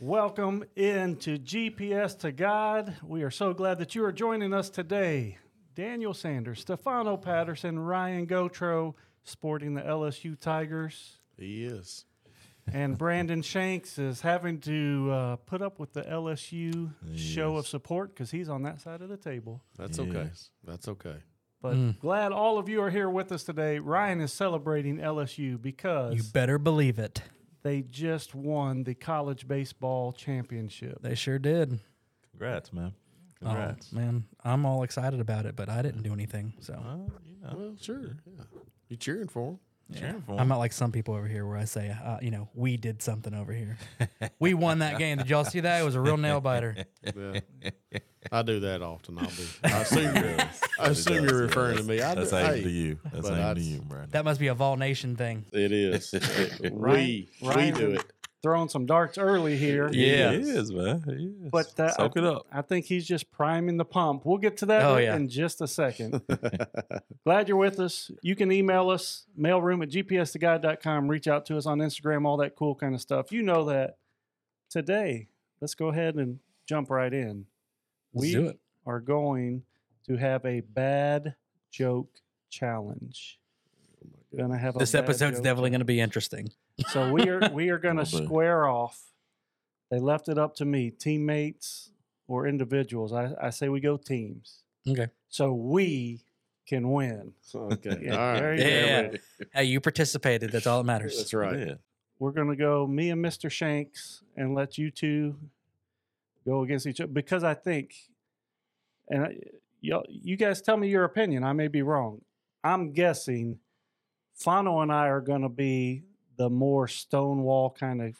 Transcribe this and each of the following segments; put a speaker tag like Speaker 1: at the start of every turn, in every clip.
Speaker 1: Welcome into GPS to God. We are so glad that you are joining us today. Daniel Sanders, Stefano Patterson, Ryan Gotro, sporting the LSU Tigers,
Speaker 2: He is.
Speaker 1: and Brandon Shanks is having to uh, put up with the LSU show of
Speaker 2: Yes.
Speaker 1: support because he's on that side of the table.
Speaker 2: That's okay.
Speaker 3: Yes.
Speaker 2: That's okay.
Speaker 1: But
Speaker 2: Mm.
Speaker 1: glad all of you are here with us today. Ryan is celebrating LSU because
Speaker 3: You better believe it.
Speaker 1: they just won the college baseball championship.
Speaker 3: They sure did.
Speaker 4: Congrats, man.
Speaker 3: Oh, man, I'm all excited about it, but I didn't do anything. So
Speaker 4: Well, you
Speaker 1: Oh,
Speaker 4: know,
Speaker 2: Well, sure. Yeah. You cheering for him?
Speaker 4: cheering for
Speaker 3: I'm
Speaker 4: 'em.
Speaker 3: not like some people over here where I say, uh, you know, we did something over here. we won that game. Did y'all see that? It was a real nail biter.
Speaker 2: Yeah. I do that often. I'll be. I assume you're, I assume you're referring to me. I do,
Speaker 4: That's aimed
Speaker 2: hey,
Speaker 4: to you. That's
Speaker 2: but
Speaker 4: aimed
Speaker 2: I
Speaker 4: to
Speaker 2: just-
Speaker 4: you, Brandon.
Speaker 3: That must be a Vol Nation thing.
Speaker 2: It is. we
Speaker 1: Ryan- Ryan-
Speaker 2: we do it.
Speaker 1: Throwing some darts early here.
Speaker 2: Yeah.
Speaker 4: It is, man. It is.
Speaker 1: But that-
Speaker 4: soak it up.
Speaker 1: I think he's just priming the pump. We'll get to that
Speaker 3: Oh,
Speaker 1: in-
Speaker 3: yeah.
Speaker 1: in just a second. Glad you're with us. You can email us, mailroom at gpstheguide.com. Reach out to us on Instagram, all that cool kind of stuff. You know that. Today, let's go ahead and jump right in. we
Speaker 3: do it.
Speaker 1: are going to have a bad joke challenge.
Speaker 3: Oh
Speaker 1: We're gonna have a
Speaker 3: This
Speaker 1: bad
Speaker 3: episode's
Speaker 1: joke
Speaker 3: definitely going to
Speaker 1: challenge.
Speaker 3: be interesting.
Speaker 1: So we are we are going to
Speaker 4: Will do.
Speaker 1: square off. They left it up to me, teammates or individuals. I, I say we go teams.
Speaker 3: Okay.
Speaker 1: So we can win.
Speaker 2: Okay.
Speaker 1: Yeah,
Speaker 2: All
Speaker 1: there
Speaker 2: right.
Speaker 1: you go.
Speaker 3: Yeah. Hey, you participated. That's all that matters.
Speaker 2: That's right.
Speaker 4: Yeah.
Speaker 1: We're going to go me and Mr. Shanks and let you two go against each other because I think, and I, y'all, you guys tell me your opinion. I may be wrong. I'm guessing Fano and I are going to be the more stonewall kind of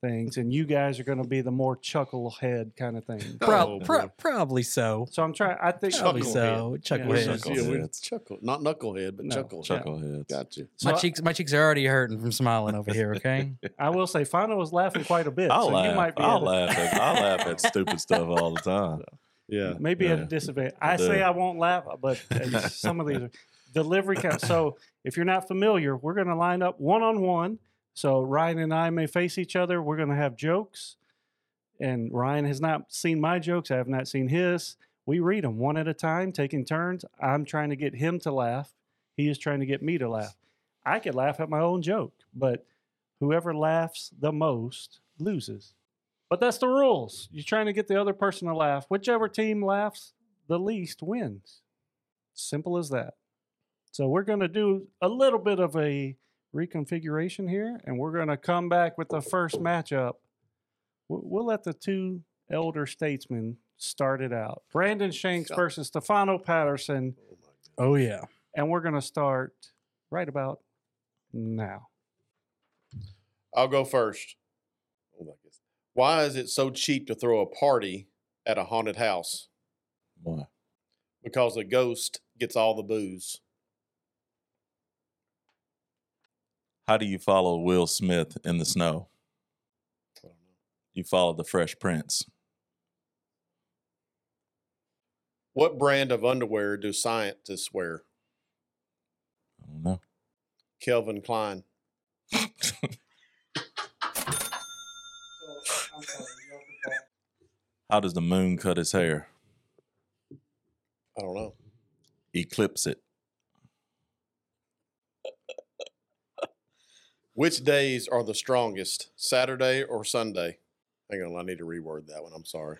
Speaker 1: things, and you guys are going to be the more chucklehead kind of thing.
Speaker 3: Pro-
Speaker 2: Oh,
Speaker 3: pro-
Speaker 2: boy.
Speaker 3: probably so.
Speaker 1: So I'm trying. I think
Speaker 3: Probably so.
Speaker 1: We're
Speaker 3: Chucklehead.
Speaker 2: Yeah, we-
Speaker 4: Chuckleheads.
Speaker 2: chuckle. Not knucklehead, but
Speaker 1: No.
Speaker 2: chuckle.
Speaker 4: Chuckleheads.
Speaker 2: Got you.
Speaker 1: So
Speaker 3: My
Speaker 1: I-
Speaker 3: cheeks, my cheeks are already hurting from smiling over here. Okay.
Speaker 1: I will say Fano was laughing quite a bit.
Speaker 4: I'll
Speaker 1: so
Speaker 4: laugh.
Speaker 1: you might be
Speaker 4: I'll
Speaker 1: at a-
Speaker 4: laugh. At, I laugh at stupid stuff all the time.
Speaker 2: Yeah.
Speaker 1: maybe at a
Speaker 4: Yeah.
Speaker 1: disadvantage. I
Speaker 4: do.
Speaker 1: say I won't laugh, but uh, some of these are delivery count. So if you're not familiar, we're going to line up one on one. So Ryan and I may face each other. We're going to have jokes, and Ryan has not seen my jokes. I have not seen his. We read them one at a time, taking turns. I'm trying to get him to laugh. He is trying to get me to laugh. I could laugh at my own joke, but whoever laughs the most loses. But that's the rules. You're trying to get the other person to laugh. Whichever team laughs the least wins. Simple as that. So we're going to do a little bit of a reconfiguration here, and we're going to come back with the first matchup. We'll, we'll let the two elder statesmen start it out. Brandon Shanks versus Stefano Patterson,
Speaker 3: Oh yeah.
Speaker 1: and we're going to start right about now.
Speaker 2: I'll go first. Oh, my goodness. Why is it so cheap to throw a party at a haunted house?
Speaker 4: Why?
Speaker 2: Because a ghost gets all the booze.
Speaker 4: How do you follow Will Smith in the snow? You follow the Fresh Prince.
Speaker 2: What brand of underwear do scientists wear?
Speaker 4: I don't know.
Speaker 2: Kelvin Klein.
Speaker 4: How does the moon cut his hair?
Speaker 2: I don't know.
Speaker 4: Eclipse it.
Speaker 2: Which days are the strongest, Saturday or Sunday? Hang on, I need to reword that one. I'm sorry.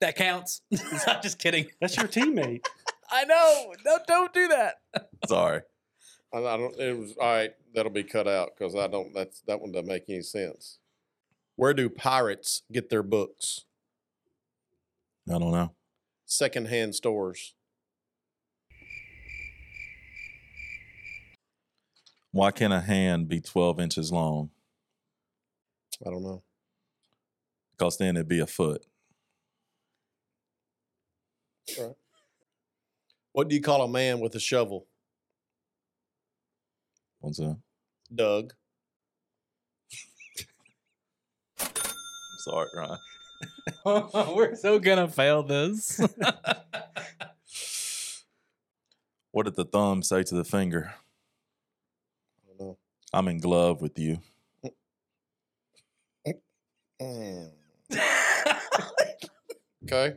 Speaker 3: That counts. I'm just kidding.
Speaker 1: That's your teammate.
Speaker 3: I know. No, don't do that.
Speaker 4: Sorry.
Speaker 2: I, I don't. It was all right. That'll be cut out because I don't. That's that one doesn't make any sense. Where do pirates get their books?
Speaker 4: I don't know.
Speaker 2: Secondhand stores.
Speaker 4: Why can a hand be 12 inches long?
Speaker 2: I don't know.
Speaker 4: Because then it'd be a foot.
Speaker 2: What do you call a man with a shovel?
Speaker 4: What's that? I'm
Speaker 2: Doug.
Speaker 4: sorry, Ron.
Speaker 3: We're so gonna fail this.
Speaker 4: What did the thumb say to the finger?
Speaker 2: I don't know.
Speaker 4: I'm in glove with you.
Speaker 2: Mm. Okay.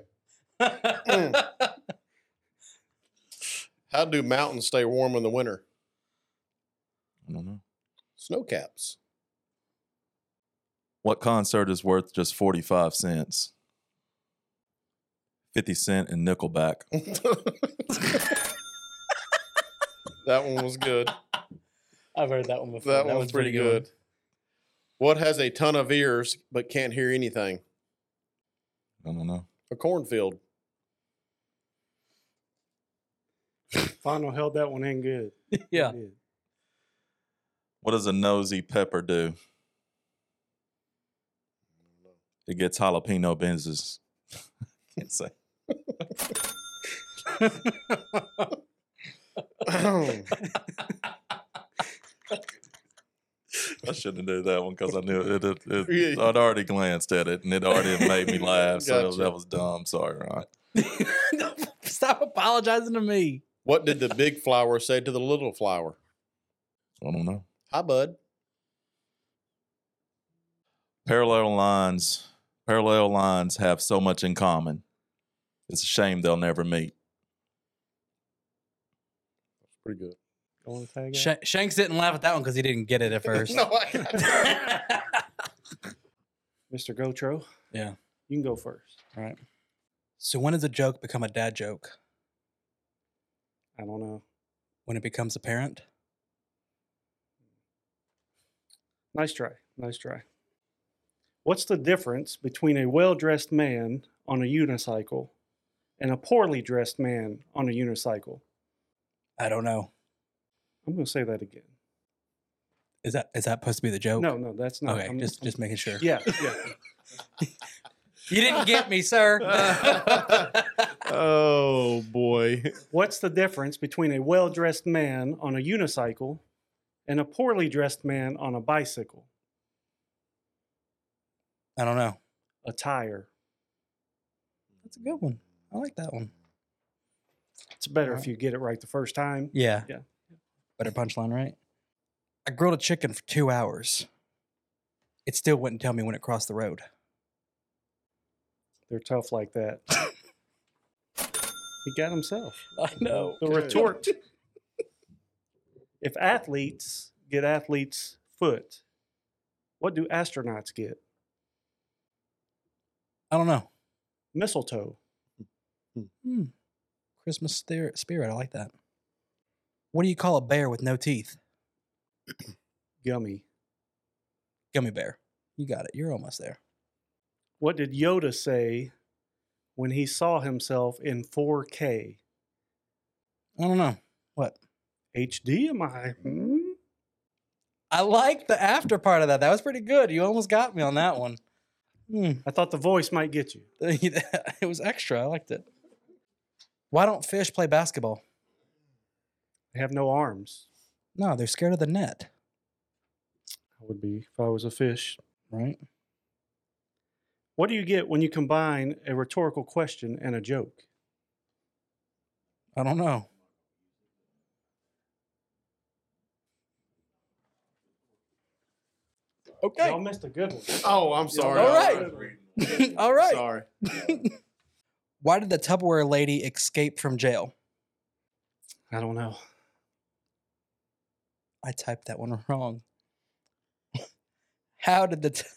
Speaker 2: How do mountains stay warm in the winter?
Speaker 4: I don't know.
Speaker 2: Snow caps.
Speaker 4: What concert is worth just 45 cents? 50 Cent and Nickelback.
Speaker 2: that one was good.
Speaker 3: I've heard that one before.
Speaker 2: That, one's pretty good. What has a ton of ears but can't hear anything?
Speaker 4: I don't know.
Speaker 2: A cornfield.
Speaker 1: Final held that one in good.
Speaker 3: good. Yeah.
Speaker 1: He did.
Speaker 4: What does a nosy pepper do? It gets jalapeno benzes. Can't say. I shouldn't do that one because I knew it, it, it-
Speaker 2: Yeah.
Speaker 4: I'd already glanced at it and it already made me laugh. So
Speaker 2: Gotcha.
Speaker 4: that was dumb. Sorry, Ron.
Speaker 3: Stop apologizing to me.
Speaker 2: what did the big flower say to the little flower?
Speaker 4: I don't know.
Speaker 2: Hi, bud.
Speaker 4: Parallel lines, parallel lines have so much in common. It's a shame they'll never meet.
Speaker 2: Pretty good.
Speaker 1: You wanna tag out?
Speaker 3: Sh- Shanks didn't laugh at that one because he didn't get it at first.
Speaker 2: no, I got
Speaker 1: Mr. Gotro.
Speaker 3: Yeah.
Speaker 1: You can go first.
Speaker 3: so when does a joke become a dad joke?
Speaker 1: I don't know.
Speaker 3: When it becomes apparent?
Speaker 1: Nice try. Nice try. What's the difference between a well dressed man on a unicycle and a poorly dressed man on a unicycle?
Speaker 3: I don't know.
Speaker 1: I'm going to say that again.
Speaker 3: Is that is that supposed to be the joke?
Speaker 1: No, no, that's not.
Speaker 3: okay,
Speaker 1: I'm-
Speaker 3: just
Speaker 1: I'm-
Speaker 3: just making sure.
Speaker 1: yeah, yeah.
Speaker 3: You didn't get me, sir.
Speaker 2: oh boy.
Speaker 1: What's the difference between a well dressed man on a unicycle and a poorly dressed man on a bicycle?
Speaker 3: I don't know.
Speaker 1: A tire.
Speaker 3: That's a good one. I like that one.
Speaker 1: It's better
Speaker 3: Alright.
Speaker 1: if you get it right the first time.
Speaker 3: Yeah.
Speaker 1: Yeah.
Speaker 3: Better punchline, right? I grilled a chicken for two hours. It still wouldn't tell me when it crossed the road.
Speaker 1: They're tough like that. he got himself.
Speaker 3: I know.
Speaker 1: The
Speaker 2: Okay.
Speaker 1: retort. if athletes get athletes' foot, what do astronauts get?
Speaker 3: I don't know.
Speaker 1: Mistletoe.
Speaker 3: Hmm. Christmas spirit. Spirit. I like that. What do you call a bear with no teeth?
Speaker 1: Gummy.
Speaker 3: Gummy bear. You got it. You're almost there.
Speaker 1: What did Yoda say when he saw himself in 4K?
Speaker 3: I don't know. What?
Speaker 1: HD, am I? Hmm?
Speaker 3: I like the after part of that. That was pretty good. You almost got me on that one. Hmm.
Speaker 1: I thought the voice might get you.
Speaker 3: it was extra. I liked it. Why don't fish play basketball?
Speaker 1: They have no arms.
Speaker 3: No, they're scared of the net,
Speaker 1: I would be if I was a fish.
Speaker 3: right?
Speaker 1: What do you get when you combine a rhetorical question and a joke?
Speaker 3: I don't know.
Speaker 1: Y'all
Speaker 3: Okay.
Speaker 1: missed a good one.
Speaker 2: Oh, I'm sorry.
Speaker 3: All
Speaker 2: I-
Speaker 1: right.
Speaker 3: All right.
Speaker 2: Sorry.
Speaker 3: Why did the Tupperware lady escape from jail?
Speaker 1: I don't know.
Speaker 3: I typed that one wrong. How did the? T-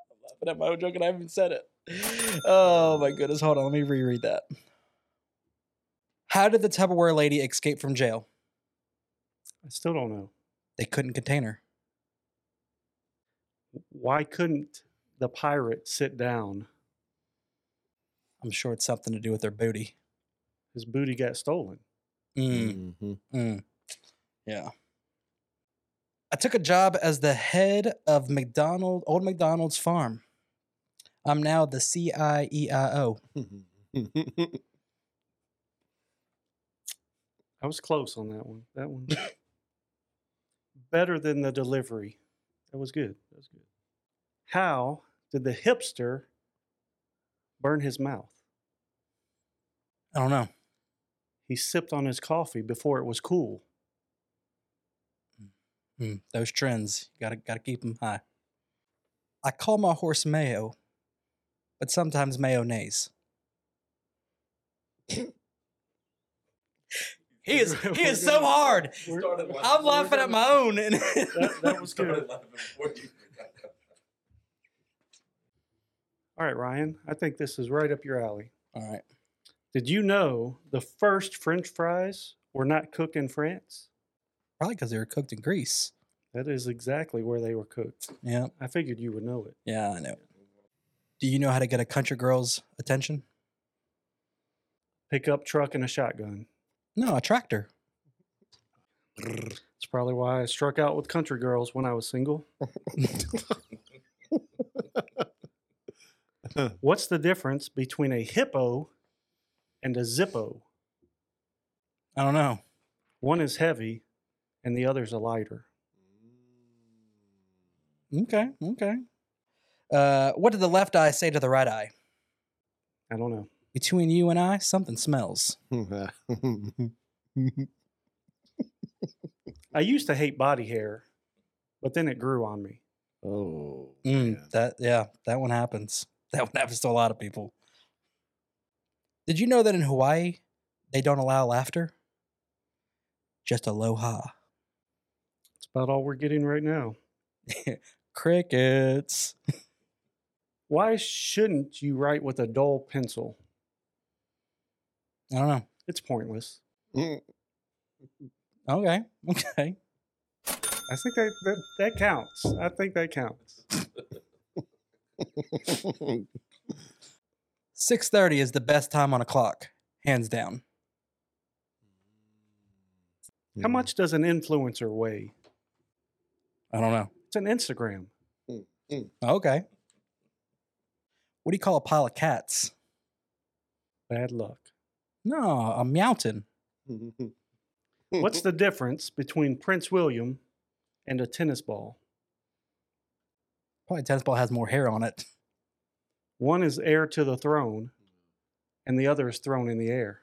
Speaker 3: I'm laughing at my own joke and I haven't said it. Oh my goodness! Hold on, let me reread that. How did the Tupperware lady escape from jail?
Speaker 1: I still don't know.
Speaker 3: They couldn't contain her.
Speaker 1: Why couldn't the pirate sit down?
Speaker 3: I'm sure it's something to do with their booty.
Speaker 1: His booty got stolen.
Speaker 3: Mm, mm. Yeah. I took a job as the head of McDonald, old McDonald's farm. I'm now the E CIEIO.
Speaker 1: I was close on that one. That one. Better than the delivery. That was good. That was good. How did the hipster burn his mouth?
Speaker 3: I don't know.
Speaker 1: He sipped on his coffee before it was cool.
Speaker 3: Hmm, Mm, those trends, gotta gotta keep them high. I call my horse Mayo, but sometimes mayonnaise. he is he is so hard. I'm laughing at my own. And
Speaker 1: That, that was good. All right, Ryan. I think this is right up your alley.
Speaker 3: All right.
Speaker 1: Did you know the first French fries were not cooked in France?
Speaker 3: Probably because they were cooked in grease.
Speaker 1: That is exactly where they were cooked.
Speaker 3: Yeah.
Speaker 1: I figured you would know it.
Speaker 3: Yeah, I know. Do you know how to get a country girl's attention?
Speaker 1: Pickup truck and a shotgun.
Speaker 3: No, a tractor.
Speaker 1: That's probably why I struck out with country girls when I was single. What's the difference between a hippo and a zippo?
Speaker 3: I don't know.
Speaker 1: One is heavy and the other's a lighter.
Speaker 3: Okay, okay. Uh, what did the left eye say to the right eye?
Speaker 1: I don't know.
Speaker 3: Between you and I, something smells.
Speaker 1: I used to hate body hair, but then it grew on me.
Speaker 2: oh.
Speaker 3: Mm,
Speaker 2: yeah.
Speaker 3: That yeah, that one happens. That one happens to a lot of people. Did you know that in Hawaii they don't allow laughter? Just aloha.
Speaker 1: That's about all we're getting right now.
Speaker 3: Crickets.
Speaker 1: Why shouldn't you write with a dull pencil?
Speaker 3: I don't know.
Speaker 1: It's pointless.
Speaker 2: Mm,
Speaker 3: Okay. Okay.
Speaker 1: I think that, that, that counts. I think that counts.
Speaker 3: 6:30 is the best time on a clock, hands down.
Speaker 1: How much does an influencer weigh?
Speaker 3: I don't know.
Speaker 1: It's an Instagram.
Speaker 3: Okay. What do you call a pile of cats?
Speaker 1: Bad luck.
Speaker 3: No, a mountain.
Speaker 1: What's the difference between Prince William and a tennis ball?
Speaker 3: Probably a tennis ball has more hair on it.
Speaker 1: One is heir to the throne, and the other is thrown in the air.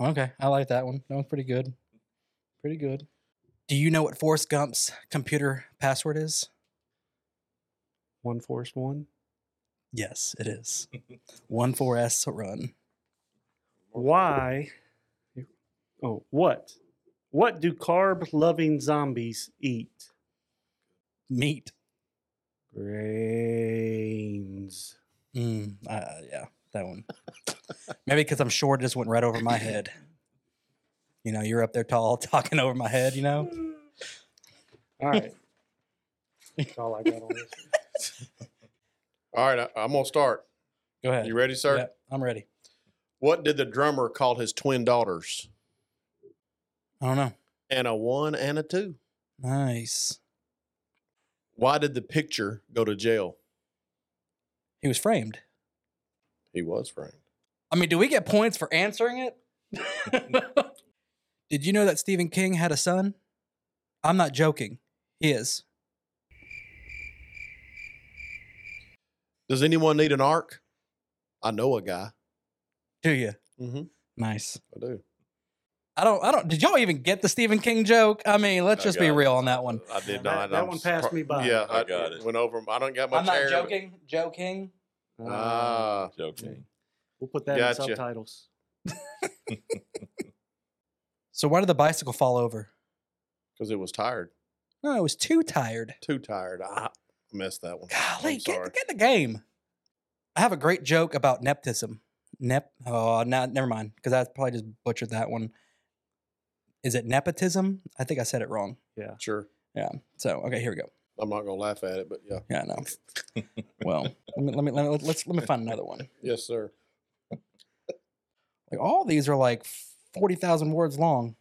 Speaker 3: Okay, I like that one. That one's pretty good. Pretty good. Do you know what Forrest Gump's computer password is?
Speaker 1: One forced one.
Speaker 3: Yes, it is. One 4S run.
Speaker 1: Why? Oh, what? What do carb loving zombies eat?
Speaker 3: Meat.
Speaker 1: Grains.
Speaker 3: Mm, uh, yeah, that one. Maybe because I'm short, it just went right over my head. You know, you're up there tall, talking over my head, you know?
Speaker 1: All right. That's all I got on this.
Speaker 2: All right, I, I'm gonna start.
Speaker 3: Go ahead.
Speaker 2: You ready, sir?
Speaker 3: Yeah, I'm ready.
Speaker 2: What did the drummer call his twin daughters?
Speaker 3: I don't know.
Speaker 2: And a one and a two.
Speaker 3: Nice.
Speaker 2: Why did the picture go to jail?
Speaker 3: He was framed.
Speaker 2: He was framed.
Speaker 3: I mean, do we get points for answering it? Did you know that Stephen King had a son? I'm not joking. He is.
Speaker 2: Does anyone need an ark? I know a guy.
Speaker 3: Do you?
Speaker 2: Mm-hmm.
Speaker 3: Nice.
Speaker 2: I do.
Speaker 3: I don't. I don't. Did y'all even get the Stephen King joke? I mean, let's
Speaker 2: I
Speaker 3: just be
Speaker 2: got it.
Speaker 3: real on that one.
Speaker 2: I did
Speaker 1: That-
Speaker 2: not.
Speaker 1: that
Speaker 2: I'm
Speaker 1: one passed
Speaker 2: sorry.
Speaker 1: me by.
Speaker 2: Yeah,
Speaker 4: I
Speaker 2: I,
Speaker 4: got it.
Speaker 2: Went over. I don't got much.
Speaker 3: I'm not
Speaker 2: hair, but-
Speaker 3: joking. Joe King.
Speaker 1: Uh,
Speaker 2: Ah,
Speaker 4: Joking.
Speaker 1: we'll put that
Speaker 2: gotcha.
Speaker 1: in subtitles.
Speaker 3: So why did the bicycle fall over?
Speaker 2: because it was tired.
Speaker 3: No, it was too tired.
Speaker 2: Too tired. Ah, I missed that one. I'm
Speaker 3: Golly,
Speaker 2: sorry.
Speaker 3: get, get the game. I have a great joke about neptism. Nep. Oh, no, never mind. Because I probably just butchered that one. Is it nepotism? I think I said it wrong.
Speaker 2: Sure.
Speaker 3: So okay, here we go.
Speaker 2: I'm not gonna laugh at it, but yeah.
Speaker 3: Yeah, I know. well, let me, let me let me let's let me find another one.
Speaker 2: Yes, sir.
Speaker 3: Like all these are like forty thousand words long.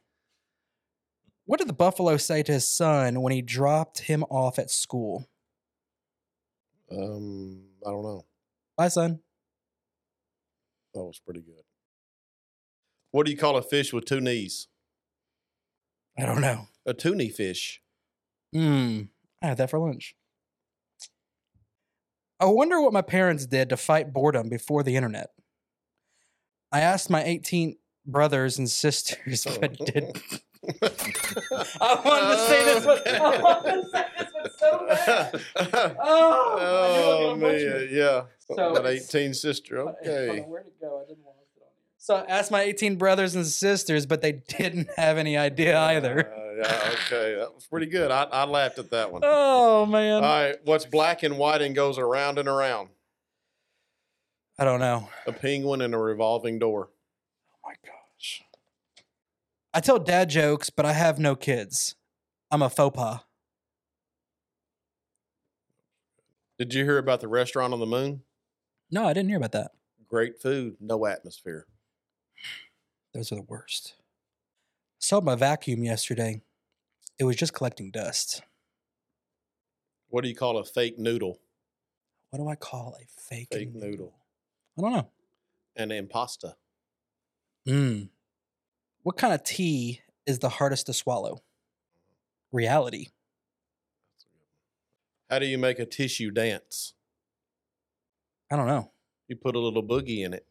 Speaker 3: What did the buffalo say to his son when he dropped him off at school?
Speaker 2: Um, I don't know.
Speaker 3: Bye, son.
Speaker 2: That was pretty good. What do you call a fish with two knees?
Speaker 3: I don't know.
Speaker 2: A toonie fish.
Speaker 3: Hmm. I had that for lunch. I wonder what my parents did to fight boredom before the internet. I asked my 18 brothers and sisters what did I wanted to say this, but I wanted to say this, but so bad. Oh,
Speaker 2: oh
Speaker 3: I knew I was gonna butcher
Speaker 2: man, yeah.
Speaker 3: So
Speaker 2: that
Speaker 3: it's-
Speaker 2: eighteen sister.
Speaker 3: Hold on,
Speaker 2: Okay.
Speaker 3: where'd it go? I didn't want it on here. So I asked my 18 brothers and sisters, but they didn't have any idea either.
Speaker 2: Uh, yeah. Okay, that was pretty good. I, I laughed at that one.
Speaker 3: Oh
Speaker 2: All
Speaker 3: man,
Speaker 2: right, what's black and white and goes around and around?
Speaker 3: I don't know.
Speaker 2: A penguin and a revolving door.
Speaker 3: Oh my gosh. I tell dad jokes, but I have no kids. I'm a faux pas.
Speaker 2: Did you hear about the restaurant on the moon?
Speaker 3: No, I didn't hear about that.
Speaker 2: Great food, no atmosphere.
Speaker 3: Those are the worst. Sold my vacuum yesterday. It was just collecting dust.
Speaker 2: What do you call a fake noodle?
Speaker 3: What do I call a fake,
Speaker 2: Fake noodle.
Speaker 3: I don't know.
Speaker 2: An impasta.
Speaker 3: Mm. What kind of tea is the hardest to swallow? Reality.
Speaker 2: How do you make a tissue dance?
Speaker 3: I don't know.
Speaker 2: You put a little boogie in it.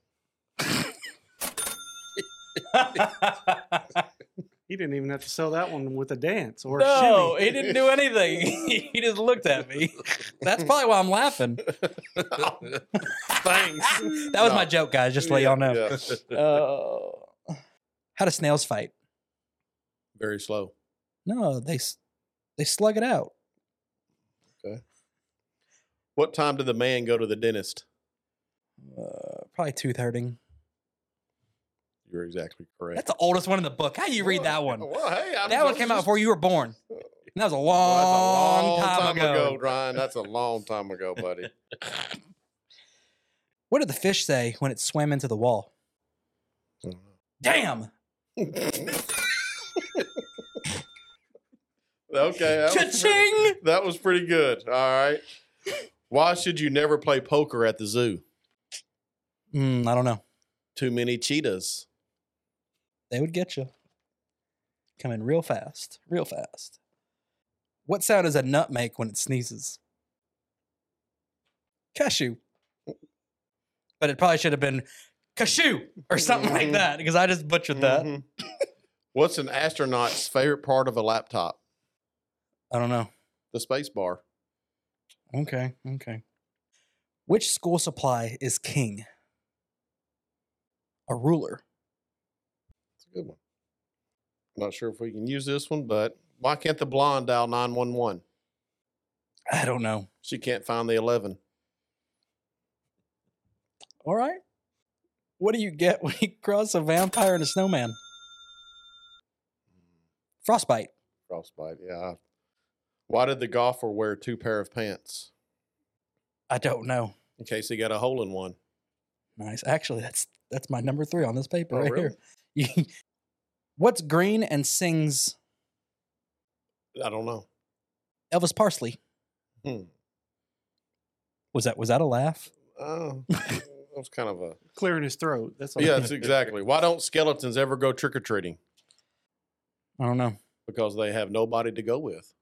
Speaker 1: He didn't even have to sell that one with a dance or a
Speaker 3: no,
Speaker 1: shimmy.
Speaker 3: he didn't do anything. he just looked at me. That's probably why I'm laughing.
Speaker 2: Oh, Thanks.
Speaker 3: That was my joke, guys. Just to let y'all know. Uh, how do snails fight?
Speaker 2: Very slow.
Speaker 3: No, they s- they slug it out.
Speaker 2: What time did the man go to the dentist?
Speaker 3: Uh, probably tooth hurting.
Speaker 2: You're exactly correct.
Speaker 3: That's the oldest one in the book. How do you read that one?
Speaker 2: Well, hey, I'm
Speaker 3: That one came out
Speaker 2: just-
Speaker 3: before you were born. And that was a
Speaker 2: Well, that's
Speaker 3: long,
Speaker 2: a long
Speaker 3: time, ago.
Speaker 2: Ryan. That's a long time ago, buddy.
Speaker 3: What did the fish say when it swam into the wall?
Speaker 2: I
Speaker 3: Damn!
Speaker 2: okay. That was, pretty,
Speaker 3: Cha-ching!
Speaker 2: that was pretty good. All right. Why should you never play poker at the zoo?
Speaker 3: Mm, I don't know.
Speaker 2: Too many cheetahs.
Speaker 3: They would get you. Coming real fast, real fast. What sound does a nut make when it sneezes? Cashew. But it probably should have been cashew or something like
Speaker 2: Mhm.
Speaker 3: that because I just butchered that.
Speaker 2: Mhm. What's an astronaut's favorite part of a laptop?
Speaker 3: I don't know.
Speaker 2: The space bar.
Speaker 3: Okay, okay. Which school supply is king? A ruler.
Speaker 2: It's a good one. Not sure if we can use this one, but why can't the blonde dial 911?
Speaker 3: I don't know.
Speaker 2: She can't find the 11.
Speaker 3: All right. What do you get when you cross a vampire and a snowman? Frostbite.
Speaker 2: Frostbite, yeah. Why did the golfer wear two pair of pants?
Speaker 3: I don't know.
Speaker 2: In case he got a hole in one.
Speaker 3: Nice. Actually, that's that's my number three on this paper
Speaker 2: Oh,
Speaker 3: right here. What's green and sings
Speaker 2: I don't know.
Speaker 3: Elvis Parsley?
Speaker 2: Hmm.
Speaker 3: Was that was that a laugh?
Speaker 2: Oh, that was kind of a.
Speaker 1: Clearing his throat. That's all.
Speaker 2: Yes, exactly. Why don't skeletons ever go trick or treating?
Speaker 3: I don't know.
Speaker 2: Because they have nobody to go with.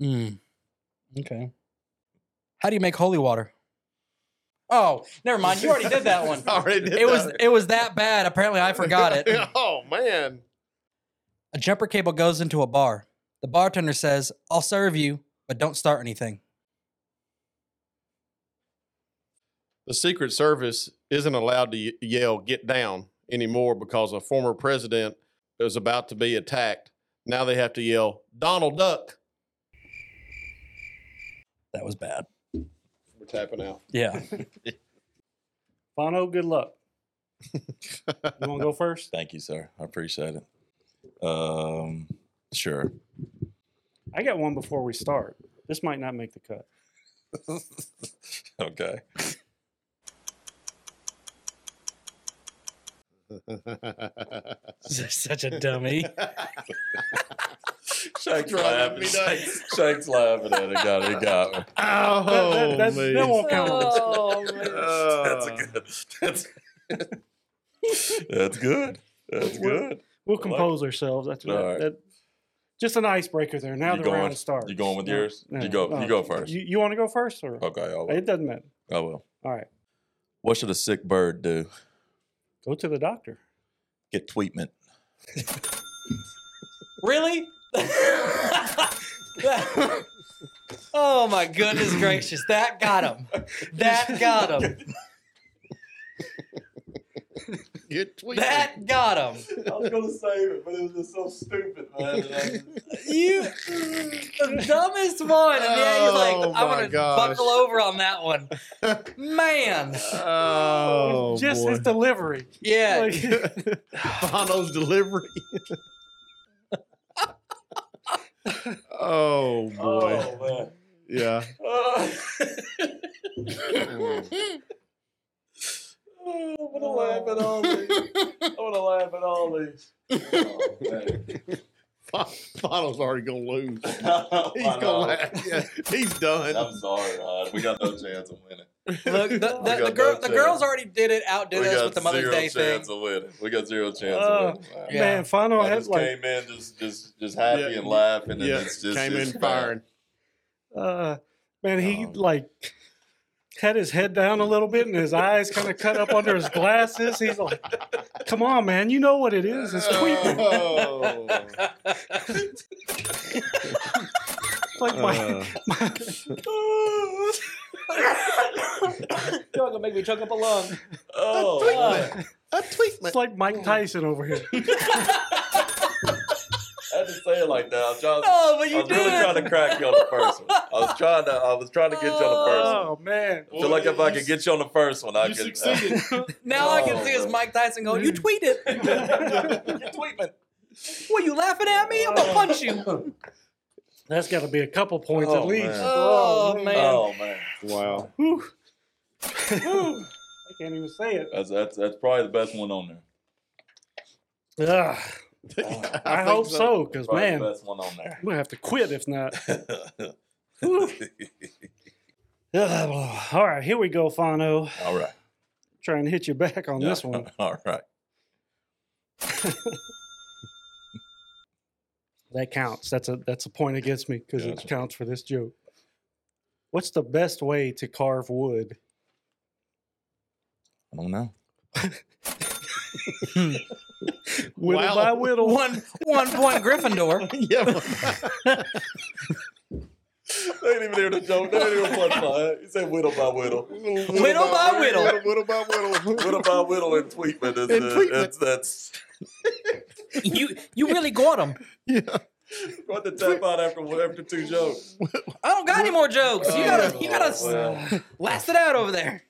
Speaker 3: Mm. Okay. How do you make holy water? Oh, never mind. You already did that one.
Speaker 2: I already did
Speaker 3: It was
Speaker 2: that.
Speaker 3: it was that bad. Apparently, I forgot it.
Speaker 2: oh, man.
Speaker 3: A jumper cable goes into a bar. The bartender says, "I'll serve you, but don't start anything."
Speaker 2: The Secret Service isn't allowed to ye- yell "Get down" anymore because a former president is about to be attacked. Now they have to yell "Donald Duck."
Speaker 3: That was bad.
Speaker 2: We're tapping out.
Speaker 3: Yeah.
Speaker 1: Bono, good luck. You want to go first?
Speaker 4: Thank you, sir. I appreciate it. Um, sure.
Speaker 1: I got one before we start. This might not make the cut.
Speaker 4: Okay.
Speaker 3: Such a dummy.
Speaker 4: Shake's
Speaker 2: Trying to
Speaker 4: laughing.
Speaker 2: be nice.
Speaker 4: Shake- Shake's laughing at it. Got it. Got me.
Speaker 2: oh,
Speaker 1: That- that- that's- that
Speaker 2: man.
Speaker 1: won't count.
Speaker 3: Oh.
Speaker 4: That's a good. That's, that's good. That's good.
Speaker 1: We'll
Speaker 4: I like it.
Speaker 1: compose ourselves after that.
Speaker 4: All right.
Speaker 1: that. Just an icebreaker there. Now
Speaker 4: You
Speaker 1: the
Speaker 4: going-
Speaker 1: round starts.
Speaker 4: You going with
Speaker 1: No,
Speaker 4: yours?
Speaker 1: no,
Speaker 4: you go.
Speaker 1: no.
Speaker 4: You go first.
Speaker 1: You, want to go first, or
Speaker 4: okay. oh I will.
Speaker 1: it doesn't matter.
Speaker 4: I will.
Speaker 1: All right,
Speaker 4: What should a sick bird do?
Speaker 1: go to the doctor.
Speaker 4: Get tweetment.
Speaker 3: Really? oh my goodness gracious. That got him. That got him.
Speaker 2: Good tweet.
Speaker 3: That got him.
Speaker 4: I was gonna save it, but it was just so stupid, man. that I just-
Speaker 3: You, the dumbest one. And yeah, he's like,
Speaker 2: Oh,
Speaker 3: I want
Speaker 2: my
Speaker 3: to
Speaker 2: gosh.
Speaker 3: buckle over on that one. Man.
Speaker 2: Oh,
Speaker 1: just
Speaker 2: boy.
Speaker 1: his delivery.
Speaker 3: Yeah.
Speaker 1: Like,
Speaker 2: Bono's delivery. oh boy.
Speaker 4: Oh,
Speaker 2: Yeah.
Speaker 3: Oh,
Speaker 4: man. I'm gonna laugh at all these. I'm gonna laugh at all these. Oh, man.
Speaker 2: Bono's already gonna lose. He's
Speaker 4: I
Speaker 2: gonna
Speaker 4: know.
Speaker 2: laugh. Yeah, he's done.
Speaker 4: I'm sorry, Rod. We got no chance of winning.
Speaker 3: Look, the, the,
Speaker 4: got
Speaker 3: the, girl,
Speaker 4: no
Speaker 3: the
Speaker 4: chance.
Speaker 3: girls already did it, outdid
Speaker 4: we
Speaker 3: us
Speaker 4: got
Speaker 3: with the Mother's
Speaker 4: zero
Speaker 3: Day thing.
Speaker 4: chance of winning. We got zero chance
Speaker 1: Uh,
Speaker 4: of winning. Wow.
Speaker 3: yeah.
Speaker 1: Man, Fano
Speaker 4: Oh. I
Speaker 1: had
Speaker 4: just
Speaker 1: like
Speaker 4: came in just just just happy
Speaker 2: Yeah.
Speaker 4: and laughing, and
Speaker 2: Yeah,
Speaker 4: it's just
Speaker 2: came in
Speaker 4: it's bad.
Speaker 2: firing.
Speaker 1: uh man, he
Speaker 4: Oh.
Speaker 1: like had his head down a little bit and his eyes kind of cut up under his glasses. He's like, Come on, man, you know what it is. It's
Speaker 4: Uh.
Speaker 1: tweeting.
Speaker 2: Oh.
Speaker 1: It's like my,
Speaker 2: Uh,
Speaker 1: my
Speaker 3: Y'all gonna make me choke up a lung.
Speaker 4: Oh, wow.
Speaker 2: a tweet.
Speaker 1: it's like Mike Tyson over here.
Speaker 4: I had to say it like that. I was, trying,
Speaker 3: Oh, but
Speaker 4: I
Speaker 3: you
Speaker 4: was really
Speaker 3: did.
Speaker 4: trying to crack you on the first one. I was trying to I was trying to get you on the first one.
Speaker 1: Oh man.
Speaker 4: I feel like if I could get you on the first one, I
Speaker 2: you
Speaker 4: could. uh,
Speaker 2: succeeded.
Speaker 3: Now I can see is
Speaker 4: Oh.
Speaker 3: Mike Tyson going, You tweeted.
Speaker 4: You're tweeting.
Speaker 3: What, you laughing at me? I'm gonna punch you.
Speaker 1: That's gotta be a couple points
Speaker 4: Oh,
Speaker 1: at least.
Speaker 4: man.
Speaker 3: Oh, man.
Speaker 4: Oh man,
Speaker 2: Wow.
Speaker 1: Whew. Whew. I can't even say it.
Speaker 4: that's that's that's probably the best one on there.
Speaker 1: Ugh,
Speaker 2: I,
Speaker 1: I,
Speaker 2: think
Speaker 1: hope so, because
Speaker 4: Probably
Speaker 1: man,
Speaker 4: the
Speaker 1: I'm
Speaker 4: best one on there.
Speaker 1: gonna have to quit if not. Ugh, all right, here we go, Fano.
Speaker 4: all right,
Speaker 1: Trying to hit you back on this one.
Speaker 4: All right,
Speaker 1: That counts. That's a that's a point against me because
Speaker 4: Gotcha.
Speaker 1: it counts for this joke. What's the best way to carve wood?
Speaker 4: I don't know.
Speaker 1: Whittle
Speaker 2: Wow.
Speaker 1: by whittle.
Speaker 3: One, one point Gryffindor.
Speaker 2: Yeah.
Speaker 4: They ain't even hear the joke. They ain't even punchline. He said whittle by whittle.
Speaker 3: Whittle by whittle.
Speaker 2: Whittle by whittle.
Speaker 4: Whittle by whittle and tweetment is
Speaker 2: And
Speaker 4: uh,
Speaker 2: tweetment.
Speaker 4: That's, that's
Speaker 3: You you really got him.
Speaker 4: got to tap out after one after two jokes.
Speaker 3: I don't got any more jokes. You gotta you gotta
Speaker 4: Oh, well.
Speaker 3: last it out over there.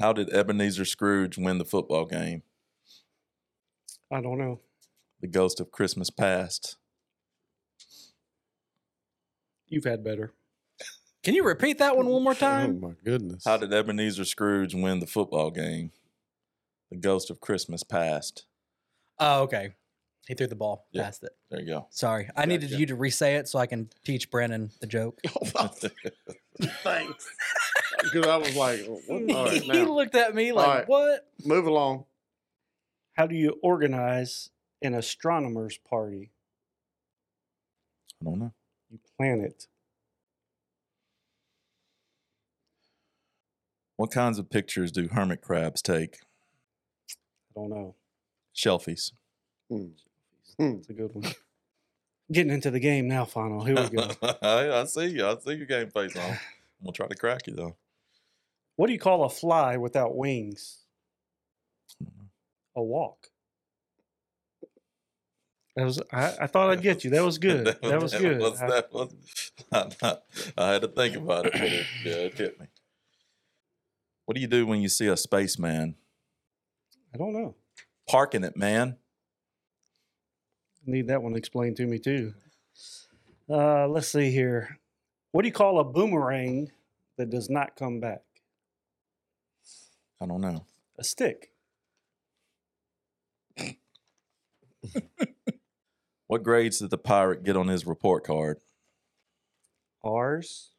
Speaker 4: How did Ebenezer Scrooge win the football game?
Speaker 1: I don't know.
Speaker 4: The ghost of Christmas past.
Speaker 1: You've had better.
Speaker 3: Can you repeat that one one more time?
Speaker 2: Oh my goodness.
Speaker 4: How did Ebenezer Scrooge win the football game? The ghost of Christmas past.
Speaker 3: Oh, okay. He threw the ball
Speaker 4: Yeah.
Speaker 3: past it.
Speaker 4: There you go.
Speaker 3: Sorry. I needed
Speaker 2: Gotcha.
Speaker 3: you to re-say it so I can teach Brennan the joke.
Speaker 2: Thanks. Because I was like, what? all right,
Speaker 3: he
Speaker 2: now
Speaker 3: looked at me like,
Speaker 2: All right.
Speaker 3: what?
Speaker 2: move along.
Speaker 1: How do you organize an astronomer's party?
Speaker 4: I don't know.
Speaker 1: You plan it.
Speaker 4: What kinds of pictures do hermit crabs take?
Speaker 1: I don't know.
Speaker 4: Shelfies.
Speaker 2: Hmm. Hmm.
Speaker 1: It's a good one. Getting into the game now, Fano. Here we go.
Speaker 4: I, I see you. I see your game face on. I'm gonna try to crack you though.
Speaker 1: what do you call a fly without wings? A walk. That was. I, I thought I'd get you. That was good. That was good.
Speaker 4: was-
Speaker 1: I-
Speaker 4: that was- I, had to think about it, but it, yeah, it hit me. What do you do when you see a spaceman?
Speaker 1: I don't know.
Speaker 4: Parking it, man.
Speaker 1: Need that one explained to me too. Uh, let's see here. What do you call a boomerang that does not come back?
Speaker 4: I don't know.
Speaker 1: A stick.
Speaker 4: What grades did the pirate get on his report card?
Speaker 1: R's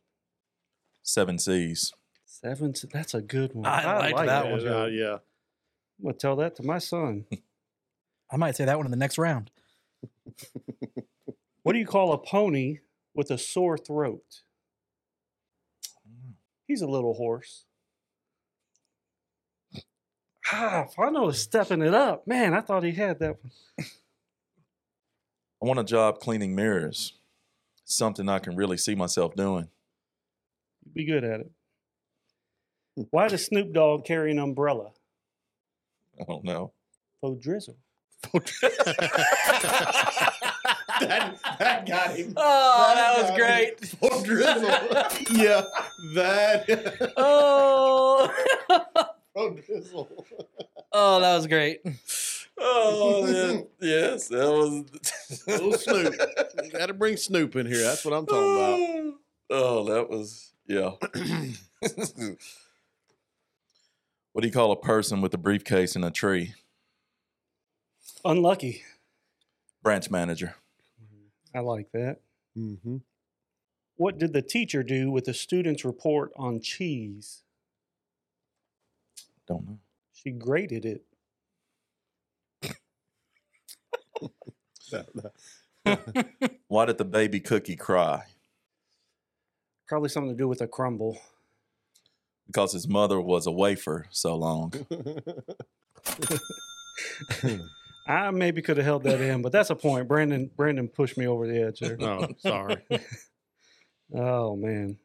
Speaker 4: Seven C's.
Speaker 1: seven. s- That's a good one.
Speaker 3: I liked that
Speaker 1: it.
Speaker 3: one.
Speaker 2: Yeah, yeah.
Speaker 1: I'm gonna tell that to my son.
Speaker 3: I might say that one in the next round.
Speaker 1: What do you call a pony with a sore throat? He's a little horse. Ah, Fondo is stepping it up. Man, I thought he had that one.
Speaker 4: I want a job cleaning mirrors. Something I can really see myself doing.
Speaker 1: You'd be good at it.
Speaker 4: Hmm.
Speaker 1: Why does Snoop Dogg carry an umbrella?
Speaker 4: I don't know.
Speaker 1: Oh, drizzle.
Speaker 2: that, that got him.
Speaker 3: Oh, that was
Speaker 2: got him.
Speaker 3: great.
Speaker 2: For drizzle. yeah, that.
Speaker 3: Oh,
Speaker 2: For drizzle.
Speaker 3: oh, that was great.
Speaker 4: Oh yeah, yes, that was.
Speaker 2: Little Snoop. Got to bring Snoop in here. That's what I'm talking about.
Speaker 4: Oh, that was yeah. what do you call a person with a briefcase and a tree?
Speaker 1: Unlucky.
Speaker 4: Branch manager.
Speaker 1: I like that.
Speaker 2: Mm-hmm.
Speaker 1: What did the teacher do with the student's report on cheese?
Speaker 4: Don't know.
Speaker 1: She graded it.
Speaker 4: Why did the baby cookie cry?
Speaker 1: Probably something to do with a crumble.
Speaker 4: Because his mother was a wafer so long.
Speaker 1: I maybe could have held that in, but that's a point. Brandon Brandon pushed me over the edge there.
Speaker 2: oh, sorry.
Speaker 1: Oh man.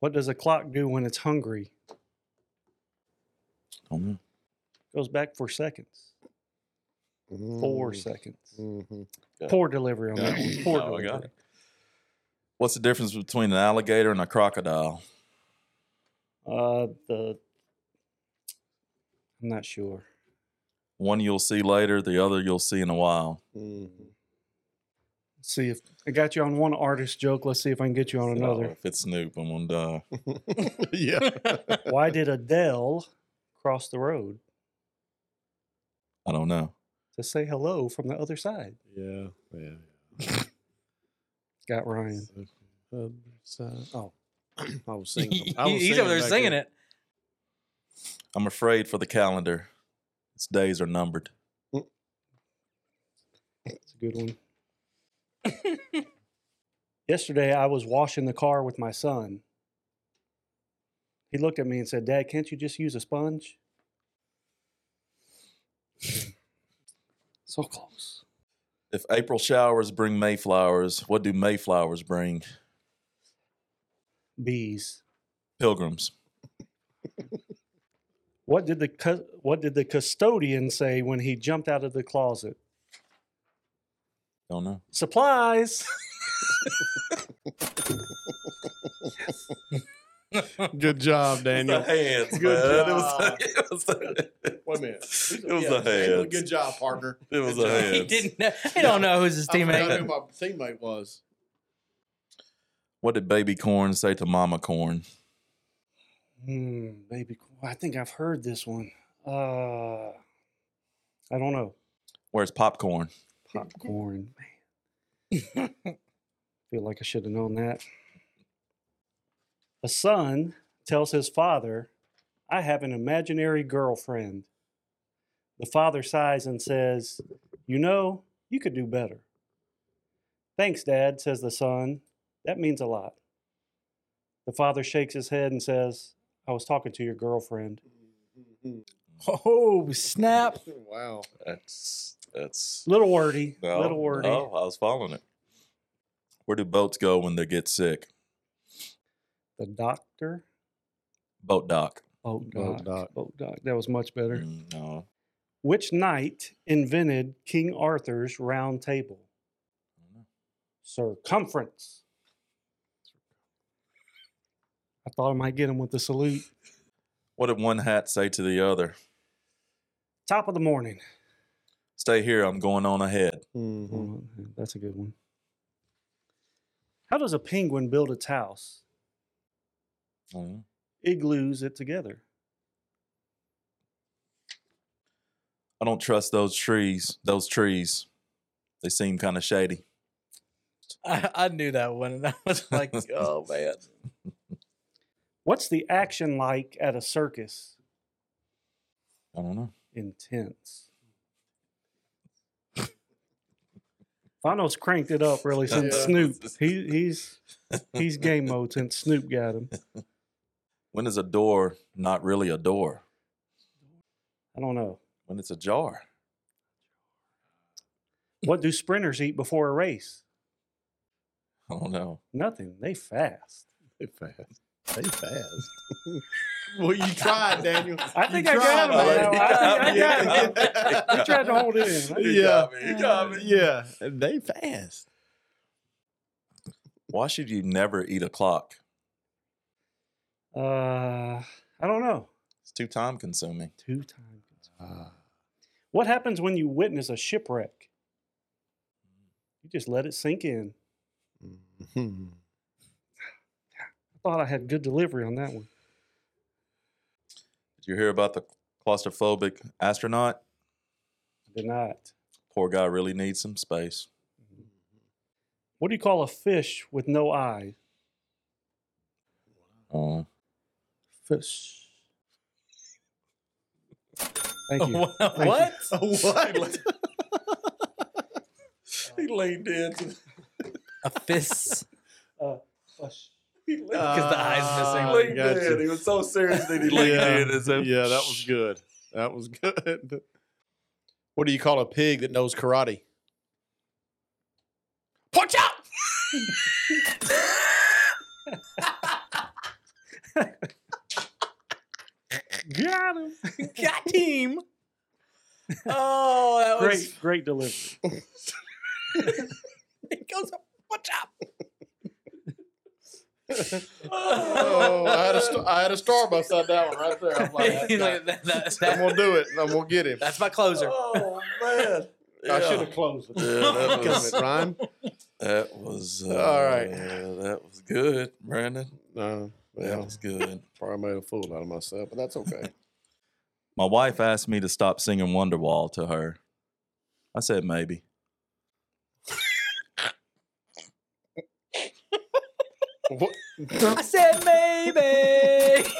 Speaker 1: What does a clock do when it's hungry?
Speaker 4: Don't know.
Speaker 1: Goes back for seconds. Four seconds.
Speaker 2: Mm-hmm.
Speaker 4: Yeah.
Speaker 1: Poor delivery on that one. Poor
Speaker 4: No, Mm. Oh, I
Speaker 1: delivery.
Speaker 4: got What's the difference between an alligator and a crocodile?
Speaker 1: Uh the I'm not sure.
Speaker 4: One you'll see later, the other you'll see in a while.
Speaker 1: Let's see if I got you on one artist joke. Let's see if I can get you on
Speaker 4: So
Speaker 1: another.
Speaker 4: if it's Snoop, I'm gonna die.
Speaker 2: yeah.
Speaker 1: Why did Adele cross the road
Speaker 4: I don't know.
Speaker 1: to say hello from the other side?
Speaker 2: Yeah. Yeah.
Speaker 1: Got Ryan.
Speaker 2: Other side. Oh, I was
Speaker 3: He's
Speaker 2: singing. I was
Speaker 3: over there
Speaker 2: back
Speaker 3: singing
Speaker 2: there.
Speaker 3: it.
Speaker 4: I'm afraid for the calendar. Its days are numbered.
Speaker 1: It's a good one. Yesterday, I was washing the car with my son. He looked at me and said, Dad, can't you just use a sponge? so close.
Speaker 4: If April showers bring Mayflowers, what do Mayflowers bring?
Speaker 1: Bees.
Speaker 4: Pilgrims.
Speaker 1: What did the cu- what did the custodian say when he jumped out of the closet?
Speaker 4: Don't know.
Speaker 1: Supplies.
Speaker 2: Good job, Daniel.
Speaker 4: hands,
Speaker 2: Good job.
Speaker 4: It was, it was,
Speaker 2: Wait a minute.
Speaker 4: It was a hand.
Speaker 2: Good job, partner.
Speaker 4: it was
Speaker 2: Good
Speaker 4: a
Speaker 2: job.
Speaker 4: hands.
Speaker 3: He didn't. Know, he don't know who's his
Speaker 2: I forgot
Speaker 3: teammate.
Speaker 2: who my teammate was.
Speaker 4: What did baby corn say to mama corn?
Speaker 1: Hmm, baby. I think I've heard this one. Uh, I don't know.
Speaker 4: Where's popcorn?
Speaker 1: Popcorn. Man. Feel like I should have known that. A son tells his father, I have an imaginary girlfriend. The father sighs and says, You know, you could do better. Thanks, Dad, says the son. That means a lot. The father shakes his head and says, I was talking to your girlfriend.
Speaker 3: Oh
Speaker 2: Mm-hmm.
Speaker 3: snap!
Speaker 2: Wow.
Speaker 4: That's that's
Speaker 1: Little wordy,
Speaker 4: no,
Speaker 1: little wordy.
Speaker 4: no, I was following it. Where do boats go when they get sick?
Speaker 1: The doctor. Oh,
Speaker 4: Boat dock.
Speaker 1: Boat
Speaker 2: Boat
Speaker 1: doc.
Speaker 2: doc.
Speaker 1: Boat doc. That was much better.
Speaker 4: Mm, No,
Speaker 1: Which knight invented King Arthur's round table? Circumference. I thought I might get him with the salute.
Speaker 4: What did one hat say to the other?
Speaker 1: Top of the morning.
Speaker 4: Stay here. I'm going on ahead.
Speaker 2: Mm-hmm.
Speaker 1: Oh, That's a good one. How does a penguin build its house?
Speaker 4: Mm.
Speaker 1: Igloos it together.
Speaker 4: I don't trust those trees. Those trees. They seem kind of shady.
Speaker 3: I, I knew that one, and I was like, "Oh man,
Speaker 1: What's the action like at a circus?
Speaker 4: I don't know.
Speaker 1: Intense. Fano's cranked it up really since
Speaker 2: Yeah.
Speaker 1: Snoop. He, he's he's game mode since Snoop got him.
Speaker 4: When is a door not really a door?
Speaker 1: I don't know.
Speaker 4: When it's a jar.
Speaker 1: What do sprinters eat before a race?
Speaker 4: I don't know.
Speaker 1: Nothing. They fast.
Speaker 2: They fast.
Speaker 1: They fast.
Speaker 2: Well, you tried, Daniel.
Speaker 1: I think
Speaker 2: You
Speaker 1: I got
Speaker 2: tried,
Speaker 1: him.
Speaker 4: buddy.
Speaker 1: Now. I,
Speaker 4: You
Speaker 1: think I got him.
Speaker 4: got
Speaker 1: I tried to hold it in.
Speaker 4: You
Speaker 2: Yeah.
Speaker 4: got me, you got me.
Speaker 2: Yeah, they fast.
Speaker 4: Why should you never eat a clock?
Speaker 1: Uh, I don't know.
Speaker 4: It's too time consuming.
Speaker 1: Two times. What happens when you witness a shipwreck? You just let it sink in.
Speaker 2: Mhm.
Speaker 1: I thought I had good delivery on that one.
Speaker 4: Did you hear about the claustrophobic astronaut?
Speaker 1: Did not.
Speaker 4: Poor guy really needs some space.
Speaker 1: What do you call a fish with no eyes?
Speaker 4: Uh,
Speaker 1: Fish. Thank you.
Speaker 4: what?
Speaker 2: what?
Speaker 4: he leaned in.
Speaker 3: A fist.
Speaker 1: Uh, fish.
Speaker 4: Because
Speaker 2: Because
Speaker 3: the eyes
Speaker 2: missing.
Speaker 4: He leaned
Speaker 2: Gotcha.
Speaker 4: in. He was so serious that he leaned
Speaker 2: Yeah.
Speaker 4: in. As if,
Speaker 2: Yeah, that was good. That was good. What do you call a pig that knows karate? Punch out!
Speaker 1: Got him.
Speaker 3: Got team. Oh, that was
Speaker 1: Great, great delivery.
Speaker 3: It goes up. Watch out.
Speaker 2: Oh, I had a, st- I had a Starbucks on that one right there. I'm like, that's
Speaker 3: He's
Speaker 2: not-
Speaker 3: like, "That- that-
Speaker 2: I'm
Speaker 3: that-
Speaker 2: gonna do it. and I'm gonna get him.
Speaker 3: that's my closer.
Speaker 4: Oh, man.
Speaker 2: I should have closed it.
Speaker 4: Yeah, that
Speaker 2: Damn
Speaker 4: was,
Speaker 2: it, Ryan.
Speaker 4: that was uh,
Speaker 2: All right.
Speaker 4: That was good, Brandon.
Speaker 2: No,
Speaker 4: That
Speaker 2: well,
Speaker 4: was good.
Speaker 2: probably made a fool out of myself, but that's okay.
Speaker 4: My wife asked me to stop singing Wonderwall to her. I said maybe.
Speaker 2: What-
Speaker 3: I said maybe.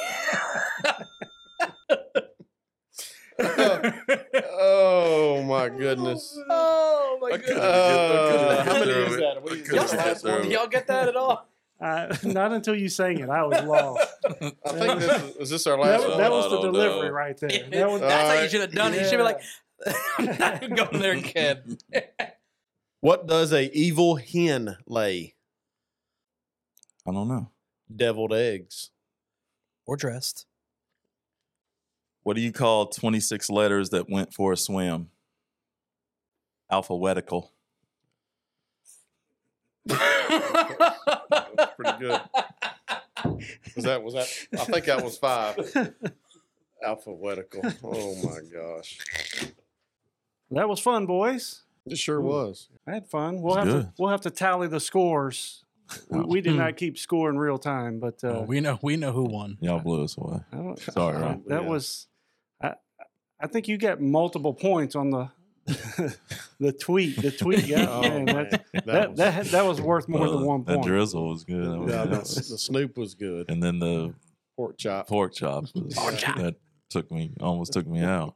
Speaker 2: oh my goodness!
Speaker 3: oh my
Speaker 4: I couldn't
Speaker 3: goodness.
Speaker 4: I
Speaker 1: Oh.
Speaker 2: Uh,
Speaker 4: couldn't
Speaker 2: how many
Speaker 4: do
Speaker 2: is
Speaker 4: it.
Speaker 2: that? What
Speaker 4: I
Speaker 2: is
Speaker 4: couldn't
Speaker 2: that?
Speaker 4: get
Speaker 2: Last
Speaker 4: through
Speaker 3: Do
Speaker 4: it.
Speaker 3: y'all get that at all?
Speaker 1: Uh, not until you sang it. I was lost.
Speaker 2: I think this is, is this our
Speaker 1: that,
Speaker 2: last
Speaker 1: was-
Speaker 2: one.
Speaker 1: that was the
Speaker 4: I don't
Speaker 1: delivery
Speaker 4: know.
Speaker 1: right there.
Speaker 3: That's
Speaker 1: That was,
Speaker 3: how you
Speaker 2: Alright.
Speaker 3: should have done it. You should be like,
Speaker 1: Yeah.
Speaker 3: I'm not even going there again.
Speaker 2: What does a evil hen lay?
Speaker 4: I don't know.
Speaker 2: Deviled eggs.
Speaker 3: Or dressed.
Speaker 4: What do you call 26 letters that went for a swim? Alphabetical.
Speaker 2: Pretty good. Was that? Was that? I think that was five. Alphabetical. Oh my gosh!
Speaker 1: that was fun, boys.
Speaker 2: It sure was.
Speaker 1: I had fun. We'll have
Speaker 4: It's
Speaker 1: to
Speaker 4: good. Hmm.
Speaker 1: we'll have to tally the scores. We, we did not keep score in real time, but uh,
Speaker 5: we know we know who won.
Speaker 4: Y'all blew us away.
Speaker 1: I don't,
Speaker 4: Oh, Sorry,
Speaker 1: I-
Speaker 4: Ron.
Speaker 1: that
Speaker 2: Yeah.
Speaker 1: was. I I think you got multiple points on the the tweet. The tweet. Yeah,
Speaker 2: Oh,
Speaker 1: man,
Speaker 2: man.
Speaker 1: that,
Speaker 2: That,
Speaker 1: that,
Speaker 2: was-
Speaker 1: that had- that was worth more
Speaker 4: Well,
Speaker 1: than one
Speaker 4: That
Speaker 1: point.
Speaker 4: drizzle was good. That was
Speaker 2: yeah,
Speaker 4: good.
Speaker 2: the, the Snoop was good.
Speaker 4: and then the
Speaker 2: Pork chop.
Speaker 4: pork chops. was-
Speaker 2: Pork chop.
Speaker 4: That took me almost took me out.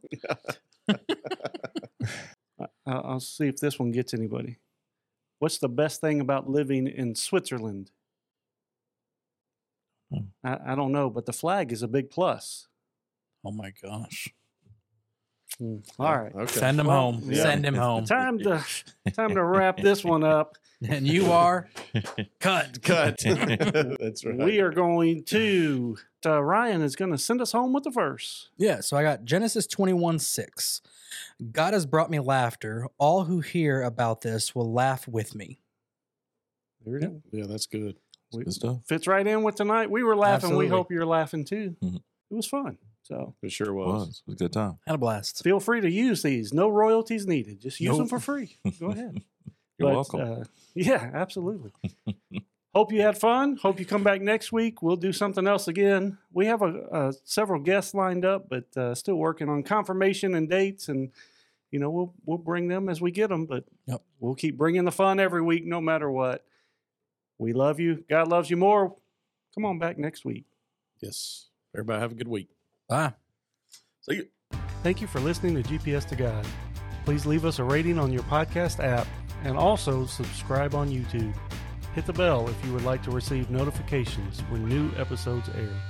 Speaker 1: I- I'll see if this one gets anybody. What's the best thing about living in Switzerland?
Speaker 4: Hmm.
Speaker 1: I, I don't know, but the flag is a big plus.
Speaker 5: Oh my gosh.
Speaker 1: Mm, All right.
Speaker 2: Okay.
Speaker 5: Send him
Speaker 1: Well,
Speaker 5: home.
Speaker 1: yeah.
Speaker 5: Send him
Speaker 4: It's the
Speaker 5: home.
Speaker 1: Time to time to wrap this one up.
Speaker 5: And you are cut.
Speaker 2: Cut. That's right.
Speaker 1: We are going to uh, Ryan is going to send us home with the verse.
Speaker 3: Yeah, so I got Genesis 21 6. God has brought me laughter. All who hear about this will laugh with me.
Speaker 1: There it is.
Speaker 2: Yeah, that's good.
Speaker 4: Good stuff.
Speaker 1: Fits right in with tonight. We were laughing.
Speaker 3: Absolutely.
Speaker 1: We hope you're laughing too.
Speaker 4: Mhm.
Speaker 1: It was fun. So
Speaker 2: It sure
Speaker 4: It
Speaker 2: was.
Speaker 4: was. It was a good time.
Speaker 3: Had a blast.
Speaker 1: feel free to use these. No royalties needed. Just use them
Speaker 5: Nope.
Speaker 1: for free. Go ahead.
Speaker 4: You're
Speaker 1: But,
Speaker 4: welcome.
Speaker 1: uh, yeah, absolutely. Hope you had fun. Hope you come back next week. We'll do something else again. We have a, uh several guests lined up, but uh, still working on confirmation and dates, and you know we'll we'll bring them as we get them. But
Speaker 5: Yep.
Speaker 1: we'll keep bringing the fun every week, no matter what. We love you. God loves you more. Come on back next week.
Speaker 2: Yes. Everybody have a good week.
Speaker 5: Bye.
Speaker 4: See you.
Speaker 1: Thank you for listening to GPS to God. Please leave us a rating on your podcast app and also subscribe on YouTube. Hit the bell if you would like to receive notifications when new episodes air.